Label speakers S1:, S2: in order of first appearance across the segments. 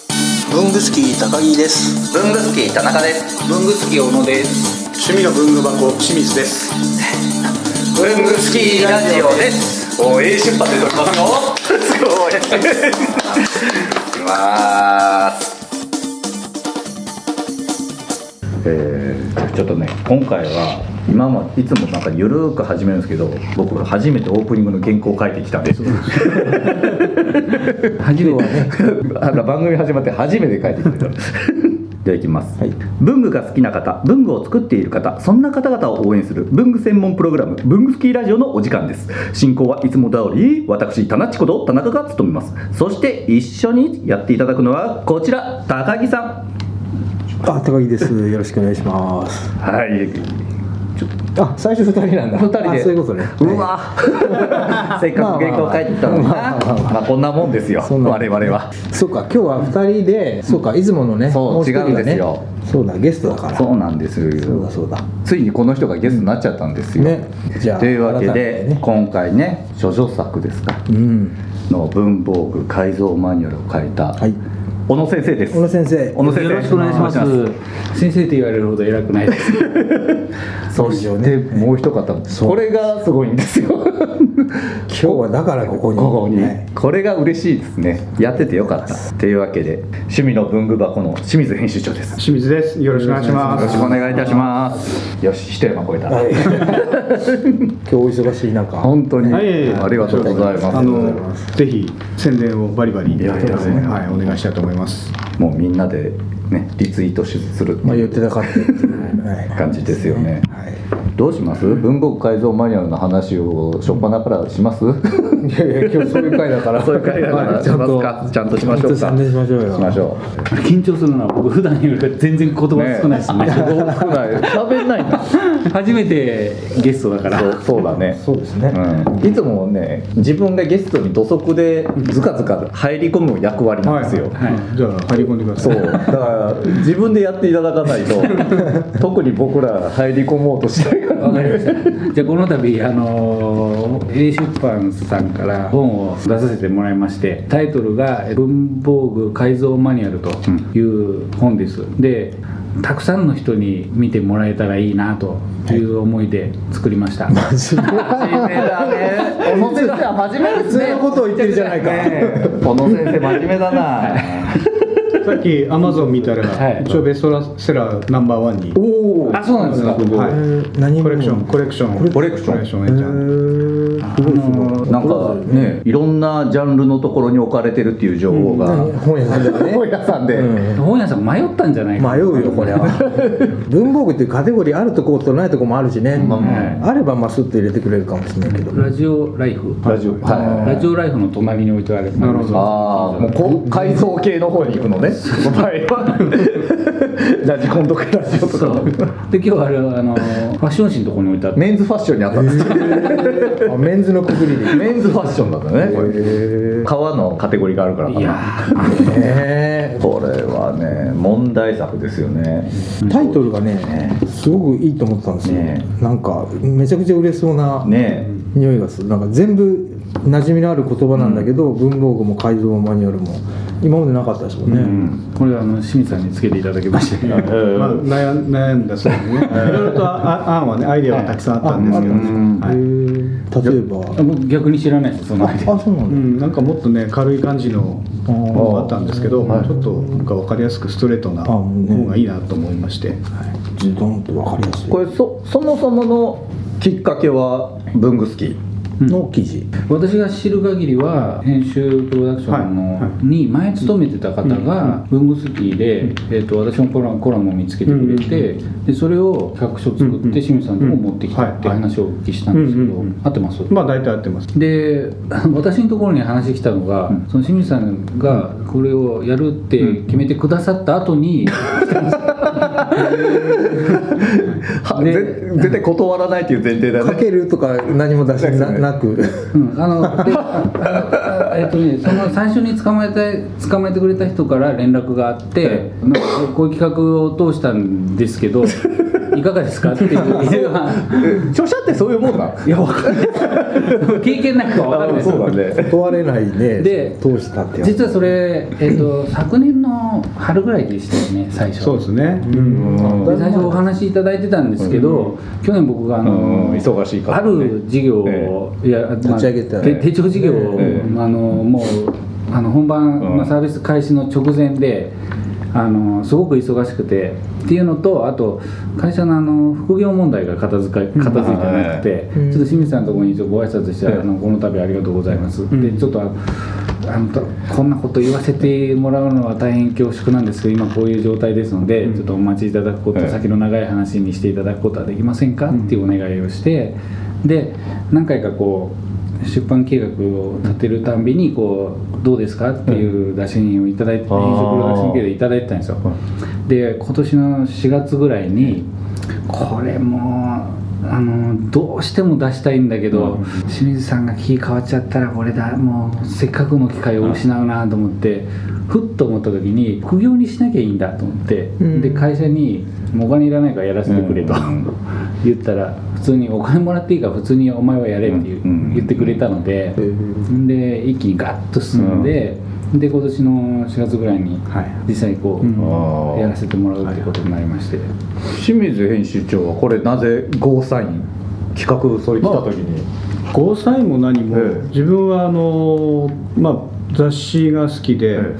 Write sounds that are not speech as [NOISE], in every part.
S1: 文具好き高木です
S2: 文具好き田中です文具好き小野です
S1: 趣味の文具箱清水です
S2: 文具好きラジオですおー A 出発で撮りますよすご [LAUGHS] い行きます
S3: えーちょっとね今回は今もいつもなんかゆるーく始めるんですけど僕初めてオープニングの原稿を書いてきたんです初めてねあの番組始まって [LAUGHS] 初めて書いてきてたではいきます、文具が好きな方文具を作っている方そんな方々を応援する文具専門プログラム「文具スキーラジオ」のお時間です進行はいつも通り私田中こと田中が務めますそして一緒にやっていただくのはこちら高木さん
S4: あ、高木です。よろしくお願いします。
S3: はい。
S4: あ、最初二人なんだ。
S3: 二人で。
S4: あそういうことね。
S3: うわ。 [LAUGHS] せっかく原稿を書いてきたのにな。
S4: まあまあまあ
S3: まあこんなもんですよ。
S4: そんな
S3: 我々は。
S4: そうか、今日は二人で、そうか、出雲のね、
S3: そう
S4: も一人が
S3: 違う
S4: ね
S3: んですよ。
S4: そうだ、ゲストだから。
S3: そうなんです
S4: そうだ、そうだ。
S3: ついにこの人がゲストになっちゃったんですよ。
S4: ねじゃあ
S3: というわけ
S4: 改
S3: で、
S4: めてね
S3: 今回ね諸女作ですか
S4: うん。
S3: の文房具改造マニュアルを書いた、
S4: はい
S3: 小野先生です。
S4: 小野先生
S3: 小野先生。
S5: よろしくお願いします。先生って言われるほど偉くないです。
S3: [LAUGHS] そしてもう一方、これがすごいんですよ。
S4: 今日はだからここに。
S3: ここに、
S4: はい [LAUGHS]
S3: これが嬉しいですねやっててよかったというわけで趣味の文具箱の清水編集長ですよ
S5: 清水です。よろしくお願いしま
S3: ろし
S5: す。
S3: くお願いいたしますよし一山超えた、
S4: はい。今日お忙しい中。
S3: 本当に、
S5: はい
S3: ありがとうございます
S5: あのぜひ宣伝をバリバリ
S3: いやいや
S5: はいお願いしたいと思います。
S3: もうみんなでねリツイートするって
S4: まあ、
S3: い
S4: 言
S3: う
S4: ってたかったっていう。はい。
S3: 感じですよね、
S4: はい
S3: どうします文房具改造マニュアルの話を初っ端からします
S4: いやいや、今日そういう回だから。
S3: そういう回だから
S4: はいちゃんと
S3: しますかちゃんとしましょうか
S4: ちゃんとしましょうよ。
S3: しましょ
S5: 緊張するのは僕普段より全然言葉
S3: うね
S5: 少ないですね。
S3: あそう少ない喋んないんだ
S5: 初めてゲストだから。
S3: そうそうだね
S4: そうですね。
S3: うんいつもね自分がゲストに土足でずかずか入り込む役割なんですよ、
S5: はい。じゃあ張り込んでくだ
S3: そ
S5: さ
S3: う
S5: い。
S3: だから自分でやっていただかない [LAUGHS] と特に僕ら入り込もうとしないから
S5: わかりました。じゃあこの度あの A 出版さんから本を出させてもらいまして、タイトルが文房具改造マニュアルという本です。で、たくさんの人に見てもらえたらいいなという思いで作りました。
S3: 真面目だね小野先生は真面目ですね
S4: 普通のことを言ってるじゃないか
S3: 小野先生真面目だな
S5: さっきアマゾン見た
S3: はい
S5: ら一応ベストセラーナンバーワンに。
S3: おお
S5: あ、そうなんですか。
S4: え
S5: は
S4: ー何
S5: い。
S4: も
S5: コレクション、コレクション、
S3: コレクショ
S5: コ
S3: ン
S5: レクションえちゃん。
S4: すごいすごい
S3: なんかねいろんなジャンルのところに置かれてるっていう情報が、
S4: 本屋さんではね
S3: 本屋さんで、
S4: うん
S5: 本屋さん迷ったんじゃないかな。
S4: 迷うよこ [LAUGHS] れは文房具っていうカテゴリーあるとことないとこもあるしね、
S3: ま
S4: あればまあスッと入れてくれるかもしれないけど、
S5: [LAUGHS] ラジオライフ。
S3: ラジオはい
S5: ラジオライフの隣に置いてある。なるほど
S3: ああ、もうこ改造系の方に行くのね。 [LAUGHS] お前はラジコンとかラジオと
S5: そう
S3: か。
S5: で今日はあれあのファッション誌のところに置いてあって
S3: メンズファッションにあったんです。
S4: あメンズのくくりで
S3: メンズファッションだったね。これ革のカテゴリーがあるからか
S5: いや
S3: な。
S5: ー
S4: ね
S3: これはね、問題作ですよね。
S4: タイトルがねすごくいいと思ったんですよ、
S3: ね
S4: なんかめちゃくちゃ売れそうな
S3: ねえ。
S4: 匂いがするなんか全部馴染みのある言葉なんだけど、文房具も改造もマニュアルも今までなかったですもんね、
S5: これあの清水さんにつけていただきまして、まあ、悩ん悩んだそうですねいろいろとあ案はねアイデアはたくさんあったんですけど、
S4: へー例えば
S5: あ僕逆に知らないですそのアイデア
S4: あそうな
S5: うん
S4: だ、
S5: ん、なんかもっとね軽い感じの
S4: あー
S5: のがあったんですけど、ちょっとなんか分かりやすくストレートな
S4: あーもうね
S5: 方がいいなと思いまして、はい
S4: ズドンと分かりやすい
S3: これそそもそものきっかけは文具好き。
S4: の記事、
S6: 私が知る限りは編集プロダクションの、
S5: はいは
S6: に前勤めてた方が文具好きで、えー、と私のコラムコラムを見つけてくれて、でそれを百書作
S5: うんうん
S6: って清水さんにも持ってきた
S5: はい
S6: って話をお聞きしたんですけど、
S5: うんうんうん
S6: 合ってます
S5: まあ大体合ってます
S6: で [LAUGHS] 私のところに話来たのが、その清水さんがこれをやるって決めてくださった後
S5: [LAUGHS]
S6: に、
S3: はぜ絶対断らないっていう前提だ
S4: か [LAUGHS]
S3: ね。
S4: けるとか何も出しななく
S6: うん、あので [LAUGHS] あえっとねその最初に捕まえて捕まえてくれ
S3: [LAUGHS]
S6: た人から連絡があって、なんかこういう企画を通したんですけどいかがですかっていう
S3: 著者ってそういうもんだいやわかんない
S6: 経験ないと分かんないですよ
S3: そうだね
S4: 断れないね
S6: で
S4: 通したってやつ
S6: 実はそれ、えっと昨年の春ぐらいでしたよね最初
S7: そうですねうん
S6: で最初お話しいただいてたんですけど、去年僕があの、
S3: うん忙しいから
S6: ある事業を、いや、まあ
S4: 立ち上げた
S6: て手帳事業を、
S3: え
S6: あのもうあの本番、
S3: うん
S6: まあ、サービス開始の直前であのすごく忙しくてっていうのとあと会社のあの副業問題が片付か片付いてなくて、
S4: うん
S6: ちょっと清水さんのところに一応ご挨拶して、
S3: ええ
S6: あのこの度ありがとうございます、でちょっとあのあのとこんなこと言わせてもらうのは大変恐縮なんですけど今こういう状態ですので、ちょっとお待ちいただくこと、
S3: ええ
S6: 先の長い話にしていただくことはできませんか、っていうお願いをしてで何回かこう出版計画を立てるたんびにこうどうですかっていう打診をいただいて、
S3: あー
S6: 飲食の打診計でいただいてたんですよ、で今年の4月ぐらいにこれもうあのどうしても出したいんだけど、清水さんが気変わっちゃったらこれだもうせっかくの機会を失うなと思って、ふっと思った時に副業にしなきゃいいんだと思って、
S4: うん
S6: で会社に「もうお金いらないからやらせてくれ」と、言ったら普通に「お金もらっていいから普通にお前はやれ」って言う
S3: うんうん
S6: 言ってくれたので、で一気にガッと進んで、で今年の4月ぐらいに実際こう、
S3: あー
S6: やらせてもらうってことになりまして、
S3: 清水編集長はこれなぜゴーサイン企画それ来た時に、
S7: ゴーサインも何も、
S3: ええ
S7: 自分はあのまあ雑誌が好きで、
S3: え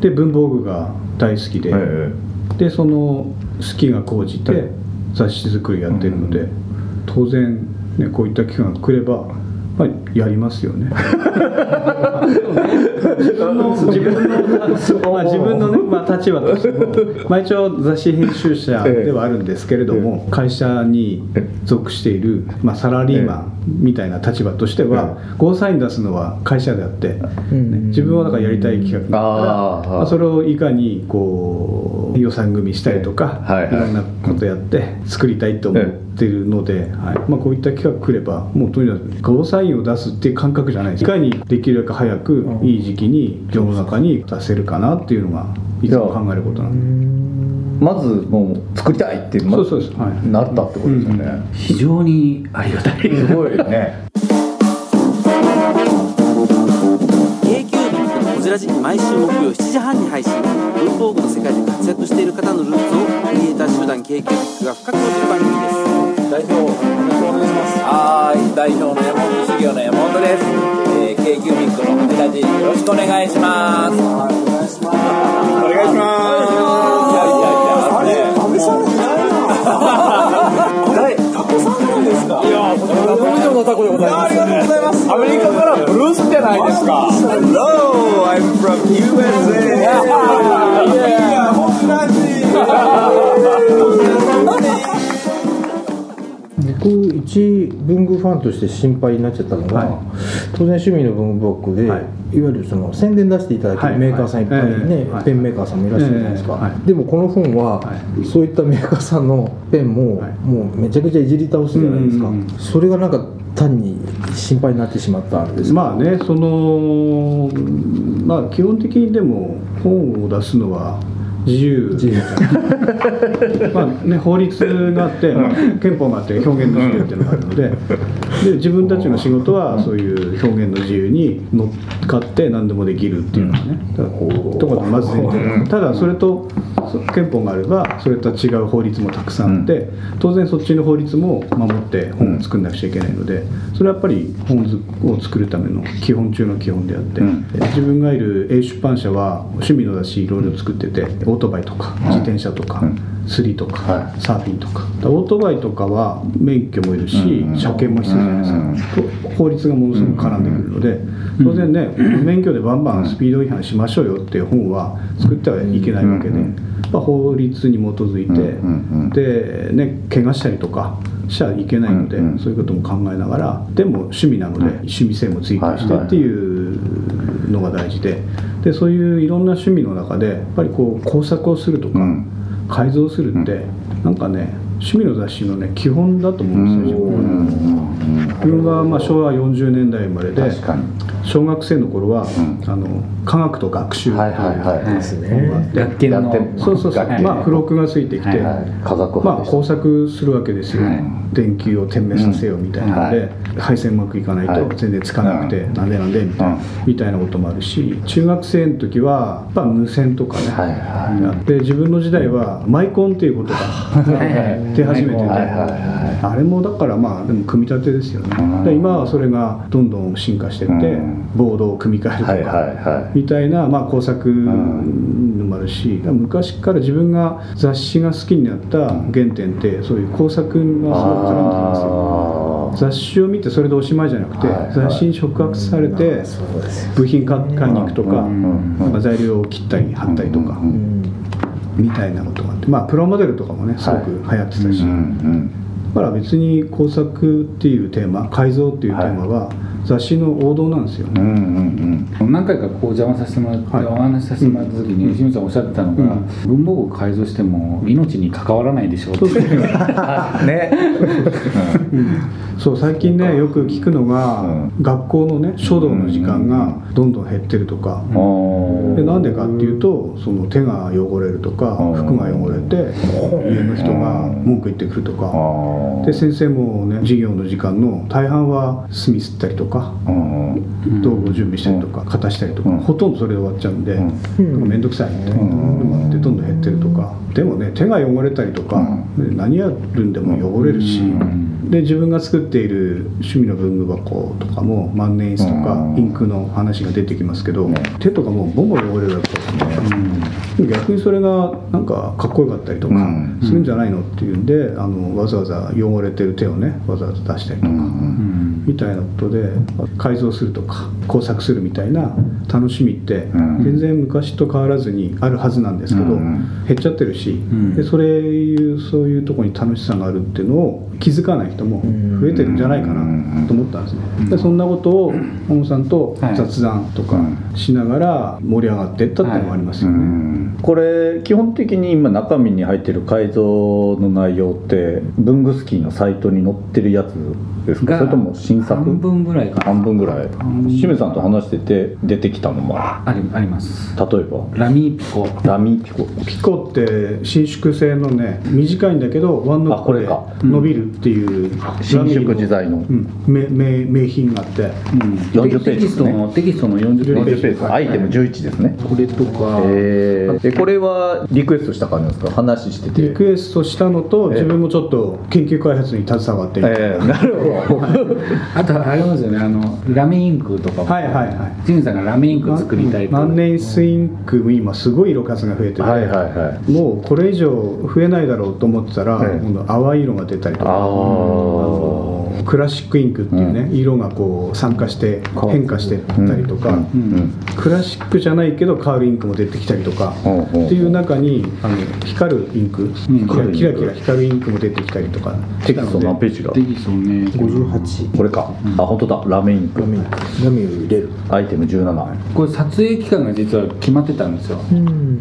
S7: で文房具が大好きで、
S3: え
S7: でその好きが高じて雑誌作りやってるので、当然、ね、こういった機会が来れば、まあ、やります [LAUGHS] よね自分の自分の,、まあ、自分 [LAUGHS] のね、まあ、立場としても、まあ、一応雑誌編集者ではあるんですけれども、会社に属している、まあ、サラリーマンみたいな立場としては、ゴーサイン出すのは会社であって、ね自分はだからやりたい企画だ
S3: あ
S7: か
S3: ー
S7: ら、まあ、それをいかにこう予算組みしたりとか、
S3: はい
S7: い
S3: はい
S7: ろんなことやって作りたいと思ってるので、はいまあ、こういった企画来ればもうとにかくゴーサインを出すっていう感覚じゃないですいかにできるだけ早くいい時期に世の中に出せるかなっていうのがいつも考えることなんで
S3: まずもう作りたいっていう、ま
S7: そうそうですはい
S3: なったってことですよね、
S6: 非常にありがた [LAUGHS] い
S3: すごいね
S8: k q b こじらじ毎週木曜7時半に配信文房具の世界で活躍している方のルーツをクリエイター集団 k q b が深く落ちる番組です代表お願いしますはい代表の山本修行の山本です、え k q b のこじらじよろしくお願いしますお願いしますお願いしますいやいやいやあのねもういやこれタコ以上のタコでございます。ありがとうございます。アメリカからブルースじゃないですか。Hello, I'm from USA. いや、もうラ
S4: 僕一文具ファンとして心配になっちゃったのが、当然趣味の文房具で、
S7: はい
S4: い、わゆるその宣伝出していただいて
S7: は
S4: る
S7: い
S4: メーカーさんいっぱいね、
S7: はいはい
S4: ペンメーカーさんもいらっしゃるじゃないですか、
S7: はいはい
S4: でもこの本は、そういったメーカーさんのペンも、
S7: はい
S4: もうめちゃくちゃいじり倒すじゃないですか、
S7: うんうんうん
S4: それがなんか単に心配になってしまったんですか、
S7: まあねそのまあ基本的にでも本を出すのは自由
S4: 自由
S7: まあね、法律があって、まあ憲法があって表現の自由っていうのがあるのでで自分たちの仕事はそういう表現の自由に乗っかって何でもできるっていうのがね、だからところがまず前提だただそれとそ憲法があればそれとは違う法律もたくさんあって、当然そっちの法律も守って本を作んなくちゃいけないのでそれはやっぱり本を作るための基本中の基本であって、自分がいる A 出版社は趣味のだしいろいろ作っててオートバイとか自転車とか。釣りとか、サーフィンとかだオートバイとかは免許もいるし、車検も必要じゃないですか、と法律がものすごく絡んでくるので、当然ね、免許でバンバンスピード違反しましょうよっていう本は作ってはいけないわけで、まあ、法律に基づいて、でね怪我したりとかしちゃいけないので、そういうことも考えながらでも趣味なので、趣味性も追求してっていうのが大事ででそういういろんな趣味の中でやっぱりこう工作をするとか、改造するって、なんかね趣味の雑誌のね基本だと思うんですよ自分はまあ昭和40年代生まれで
S9: 確かに
S7: 小学生の頃は、あの科学と学習
S9: はいはいはい
S4: ですね
S6: 学研
S9: や
S6: の
S9: って
S7: そうそうそう、まあ付録がついてきて、
S9: 家族
S7: まあ、工作するわけですよ、
S9: はい
S7: 電球を点滅させようみたいなので、配線うまくいかないと全然つかなくて、
S9: うん
S7: なんでなんでみたいな,、
S9: うん
S7: みたいなこともあるし中学生の時は、まあ、無線とかね、
S9: はいは
S7: やって自分の時代はマイコンっていうことが出始めてて、
S9: いはいはいはい
S7: あれもだからまあでも組み立てですよね、
S9: うん
S7: で今はそれがどんどん進化してって、
S9: うん
S7: ボードを組み替えるとか、
S9: はいはいはい
S7: みたいな、まあ、工作のもあるし、昔から自分が雑誌が好きになった原点ってそういう工作がすごく絡んできますよ
S9: あ
S7: 雑誌を見てそれでおしまいじゃなくて、
S9: はいはい
S7: 雑誌に触発されて部品買買いに行くとか、
S9: うんうんうん
S7: まあ材料を切ったり貼ったりとか、
S9: うんうん
S7: みたいなことがあって、まあ、プラモデルとかもねすごく流行ってたし、
S9: ーうん
S7: だから別に工作っていうテーマ改造っていうテーマは雑誌の王道なんですよね、
S9: うんうんうん
S6: 何回かこう邪魔させてもらって、
S7: はい
S6: お話しさせてもらった時に、清水さんおっしゃってたのが、文房具を改造しても命に関わらないでしょうっていう
S7: そう最近ねよく聞くのが、
S9: う
S7: 学校のね書道の時間がどんどん減ってるとか、
S9: うんお
S7: で
S9: ー
S7: なんでかっていうとその手が汚れるとか
S9: うん
S7: 服が汚れて家の人が文句言ってくると
S9: あ
S7: か
S9: ー
S7: で先生もね授業の時間の大半は墨すったりとか
S9: うん
S7: 道具を準備したりとか型したりとか
S9: うん
S7: ほとんどそれで終わっちゃうんで
S9: ん
S7: なんか面倒くさいみたいなのもあってどんどん減ってるとかでもね手が汚れたりとかで何やるんでも汚れるし。で自分が作っている趣味の文具箱とかも万年筆とか
S9: うん
S7: インクの話が出てきますけど、
S9: ね
S7: 手とかもうボンボン汚れるわけですね、逆にそれがなんかかっこよかったりとか
S9: うん
S7: するんじゃないのっていうんであのわざわざ汚れてる手をねわざわざ出したりと
S9: う
S7: か、
S9: ん
S7: みたいなことで改造するとか工作するみたいな楽しみって
S9: うん
S7: 全然昔と変わらずにあるはずなんですけど、
S9: うん
S7: 減っちゃってるし、
S6: ん
S7: でそれいうそういうとこに楽しさがあるっていうのを気づかない人も増えてるんじゃないかなと思ったんですね、でそんなことを本さんと雑談とかしながら盛り上がっていったっていうのもあります
S9: う
S7: よね、
S9: ん
S3: これ基本的に今中身に入ってる改造の内容って文具スキーのサイトに載ってるやつですか [LAUGHS]
S6: が
S3: それとも新作
S6: 半分ぐらいか
S3: 半分ぐらい
S6: 半分
S3: 清水さんと話してて出てきたのも
S6: なありあります
S3: 例えば
S6: ラミーピコ
S3: ラミピコ
S7: ピコって伸縮性のね短いんだけどワンノ
S3: あ
S7: ッ
S3: こ
S7: ク
S3: れ
S7: で
S3: か
S7: 伸びるっていう
S3: 伸縮自在の
S7: うん、名名名品があって
S3: 40ペ
S6: テ
S3: ージで
S6: キス
S3: す
S6: ト
S3: ね
S6: のテキストの40ペー
S3: 40
S6: ジ
S3: ページアイテム11ですね
S6: これとか、
S3: えー、えこれはリクエストした感じなんですか話してて
S7: リクエストしたのと自分もちょっと研究開発に携わっている、
S3: えー、なるほど
S6: あとありますよねあのラメインクとかも
S7: はいはいはい
S6: 清水さんがラメインク作りたいと
S7: 万年筆インクも今すごい色数が増えてて、
S3: はいはいはい
S7: もうこれ以上増えないだろうと思ってたら、
S3: ええ
S7: 今度淡い色が出たりと
S3: あ
S7: かあ
S3: ー
S7: のクラシックインクっていうね、色がこう酸化して変化してったりとか、クラシックじゃないけどカールインクも出てきたりとか、
S9: うんうん
S7: っていう中にあの光るインク、キラキラ光るインクも出てきたりとか
S3: テキスト
S7: した
S3: 何
S7: の
S3: ページが
S6: テキストね
S4: 58
S3: これか、あ本当だラメインク
S4: 画面画面を入れる
S3: アイテム17
S6: これ撮影期間が実は決まってたんですよ、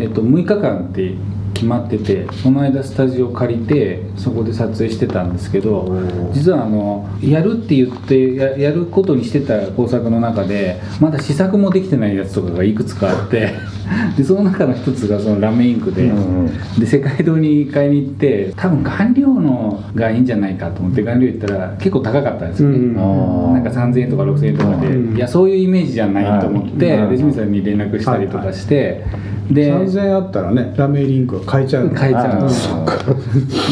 S6: えっと、6日間って決まっててこの間スタジオ借りてそこで撮影してたんですけど実はあのやるって言ってややることにしてた工作の中でまだ試作もできてないやつとかがいくつかあって [LAUGHS] でその中の一つがそのラメインクで,、で世界堂に買いに行って多分顔料のがいいんじゃないかと思って顔料行ったら結構高かったんですよね、なんか3000円とか6000円とかで、いやそういうイメージじゃないと思って、で清水さんに連絡したりとかして、で
S7: 3000円あったらねラメリンクを変えちゃう
S6: 買えちゃうんですよ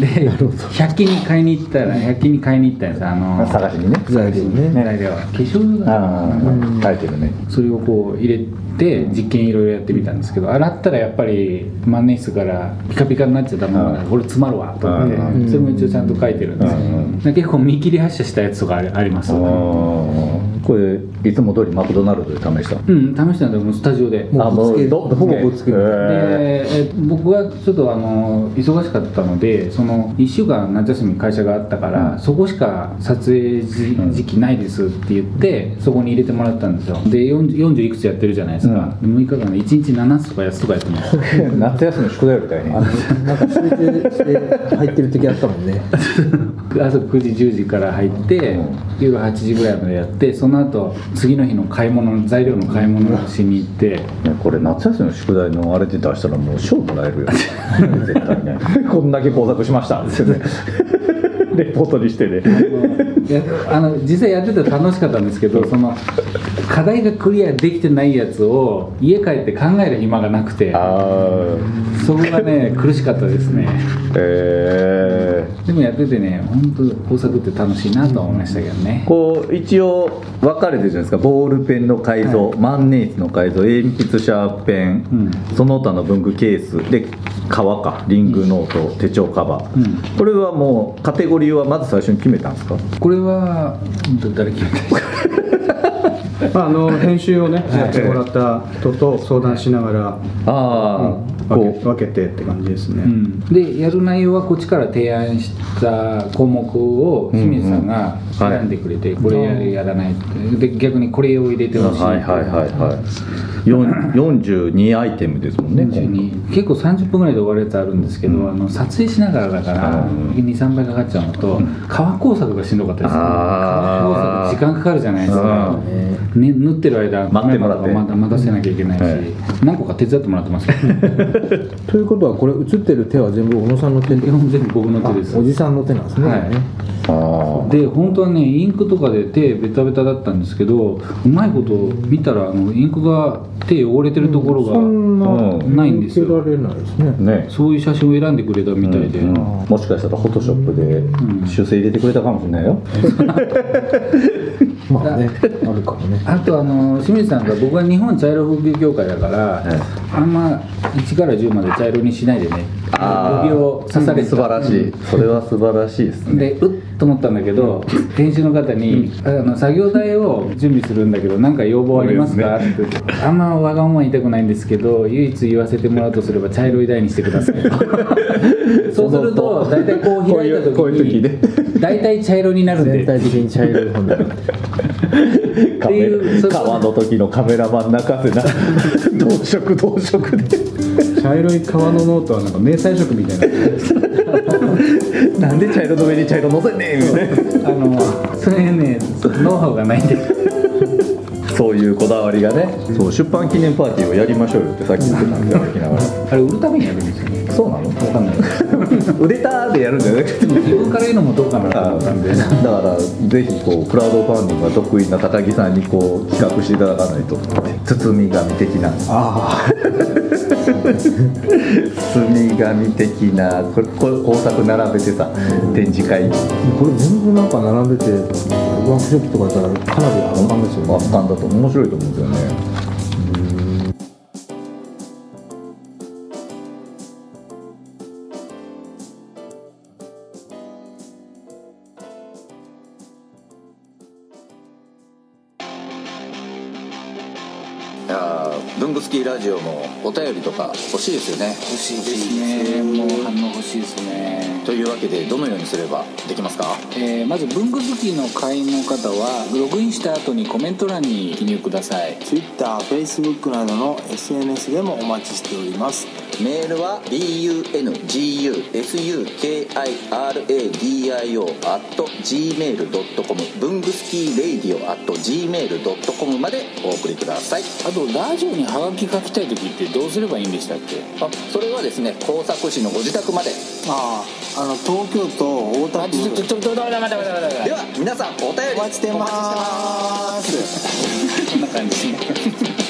S6: で100均に買いに行ったら100均に買いに行ったんですあの
S9: 探しにね
S4: 材料ね
S6: 材料化粧だ
S9: ああ書いてるね
S6: それをこう入れて実験いろいろやってみたんですけど洗ったらやっぱり万年筆からピカピカになっちゃダメだからこれ詰まるわと思ってそれも一応ちゃんと書いてるんですよだから結構見切り発車したやつとかありありますよね
S9: うん
S3: これいつも通りマクドナルドで試した
S6: うん試したんだけどもうスタジオで
S4: もうぶつけほぼぶつける
S6: でえ僕はちょっとあの忙しかったのでその1週間夏休み会社があったから、そこしか撮影時時期ないですって言ってそこに入れてもらったんですよで 40, 40いくつやってるじゃないですか、で6日間で1日7つとか8つとかやってます
S3: [LAUGHS] 夏休みの宿題みたいに
S4: あのなんか集中して入ってる時あったもんね
S6: 朝9時10時から入って、夜8時ぐらいまでやってその後次の日の買い物材料の買い物をしに
S3: [LAUGHS]
S6: 行って、
S3: これ夏休みの宿題のあれで出したらもう賞もらえるよ絶対
S4: [LAUGHS]
S3: ねこんだけ工作しましたってねレポートにしてね
S6: いやあの実際やってて楽しかったんですけどその課題がクリアできてないやつを家帰って考える暇がなくて
S3: あ
S6: そこがね苦しかったですね
S3: あえー
S6: でもやっててね本当工作って楽しいなとは思いましたけどね
S3: こう一応分かれてるじゃないですかボールペンの改造、万年筆の改造鉛筆シャーペン、その他の文具ケースで革かリングノート、手帳カバー、これはもうカテゴリーはまず最初に決めたんですか
S6: これはうん誰決めたんですか
S7: まあ、あの編集をねやってもらった人と相談しながら
S3: ああ、
S7: 分け
S3: こ
S7: 分けてって感じですね、
S6: でやる内容はこっちから提案した項目を清水さんが選んでくれて、これやるやらないってで逆にこれを入れて
S3: う
S6: ほしい
S3: はいはいはいはいよん42アイテムですもんね
S6: 42結構30分ぐらいで終わるやつあるんですけど、あの撮影しながらだから23倍かかっちゃうのと革工作がしんどかったですね
S3: あー
S6: 革工作時間かかるじゃないです
S3: う
S6: か、ね、縫ってる間
S3: 待ってもらって
S6: カメラとかまた待たせなきゃいけないし、
S3: はい
S6: 何個か手伝ってもらっ
S3: [LAUGHS]
S6: てますけど
S4: [LAUGHS] ということはこれ映ってる手は全部小野さんの手
S6: 基
S4: で
S6: 本全部僕の手です
S4: あおじさんの手なんですね、
S6: はい
S3: ああ
S6: で本当はねインクとかで手ベタベタだったんですけどうまいこと見たらあのインクが手汚れてるところが、
S4: そんな
S3: うん
S6: ないんですよ
S4: 受けられないですね
S3: ね
S6: そういう写真を選んでくれたみたいで、
S3: うんもしかしたらフォトショップで修正入れてくれたかもしれないよ、
S4: まあね [LAUGHS] あるからね
S6: あとあの清水さんが僕は日本茶色風景協会だから、あんま1から10まで茶色にしないでね
S3: あー
S6: 首を刺されて
S3: 素晴らしいそれは素晴らしいですね
S6: でうっと思ったんだけど編集の方にあの作業台を準備するんだけど何か要望ありますか?」ってあんまわがまま言いたくないんですけど唯一言わせてもらうとすれば茶色い台にしてくださいそうすると大体こう開いた
S3: こういうこう
S6: 時
S3: いう時ね
S6: に大体茶色になるん
S4: 全
S6: で
S4: 体的に茶色い本だな
S3: カ
S6: って
S3: メ
S6: いう
S3: ラ
S6: そう
S3: 川の時のカメラマン泣か [LAUGHS] せな同色同色で
S7: 茶色い革のノートはなんか迷彩色みたいな
S3: なんで茶色の上に茶色のせんねんみたいな
S6: あのそれねノウハウがないんで
S3: そういうこだわりがねそう出版記念パーティーをやりましょうよってさっき言ってた [LAUGHS] んで歩きながら
S6: あれ売るためにやるんですよね
S3: そうなの
S6: わかんないです
S3: [LAUGHS] 売れたーでやるんじゃなくて
S6: 自分から言うのもどうかなと思ったんで
S3: だからぜひこうクラウドファンディングが得意な高木さんにこう企画していただかないと包み紙的な [LAUGHS] 包み紙的なこれこれ工作並べてさ展示会
S4: これ全部なんか並んでてワークショップとかやったらかなり圧巻ですよね
S3: 圧巻だと面白いと思うんですよね
S1: いやー文具スキーラジオもお便りとか欲しいですよね
S8: 欲しいですねもう反応欲しいですね
S1: というわけでどのようにすればできますか
S8: えーまず文具好きの会員の方はログインした後にコメント欄に記入ください
S10: TwitterFacebook などの SNS でもお待ちしております
S1: メールは bungusukiradio.gmail.com 文具スキーレイディオ at gmail.com までお送りください
S8: あとラジオにハガキ書きたい時ってどうすればいいんでしたっけ
S1: あそれはですね工作士のご自宅まで
S10: あああの東京都大田
S8: あ
S10: 区
S8: ちょっとちょっとちょっと待って待って待って待
S1: では皆さんお便り
S10: お待ちしてます
S1: こんな感じですね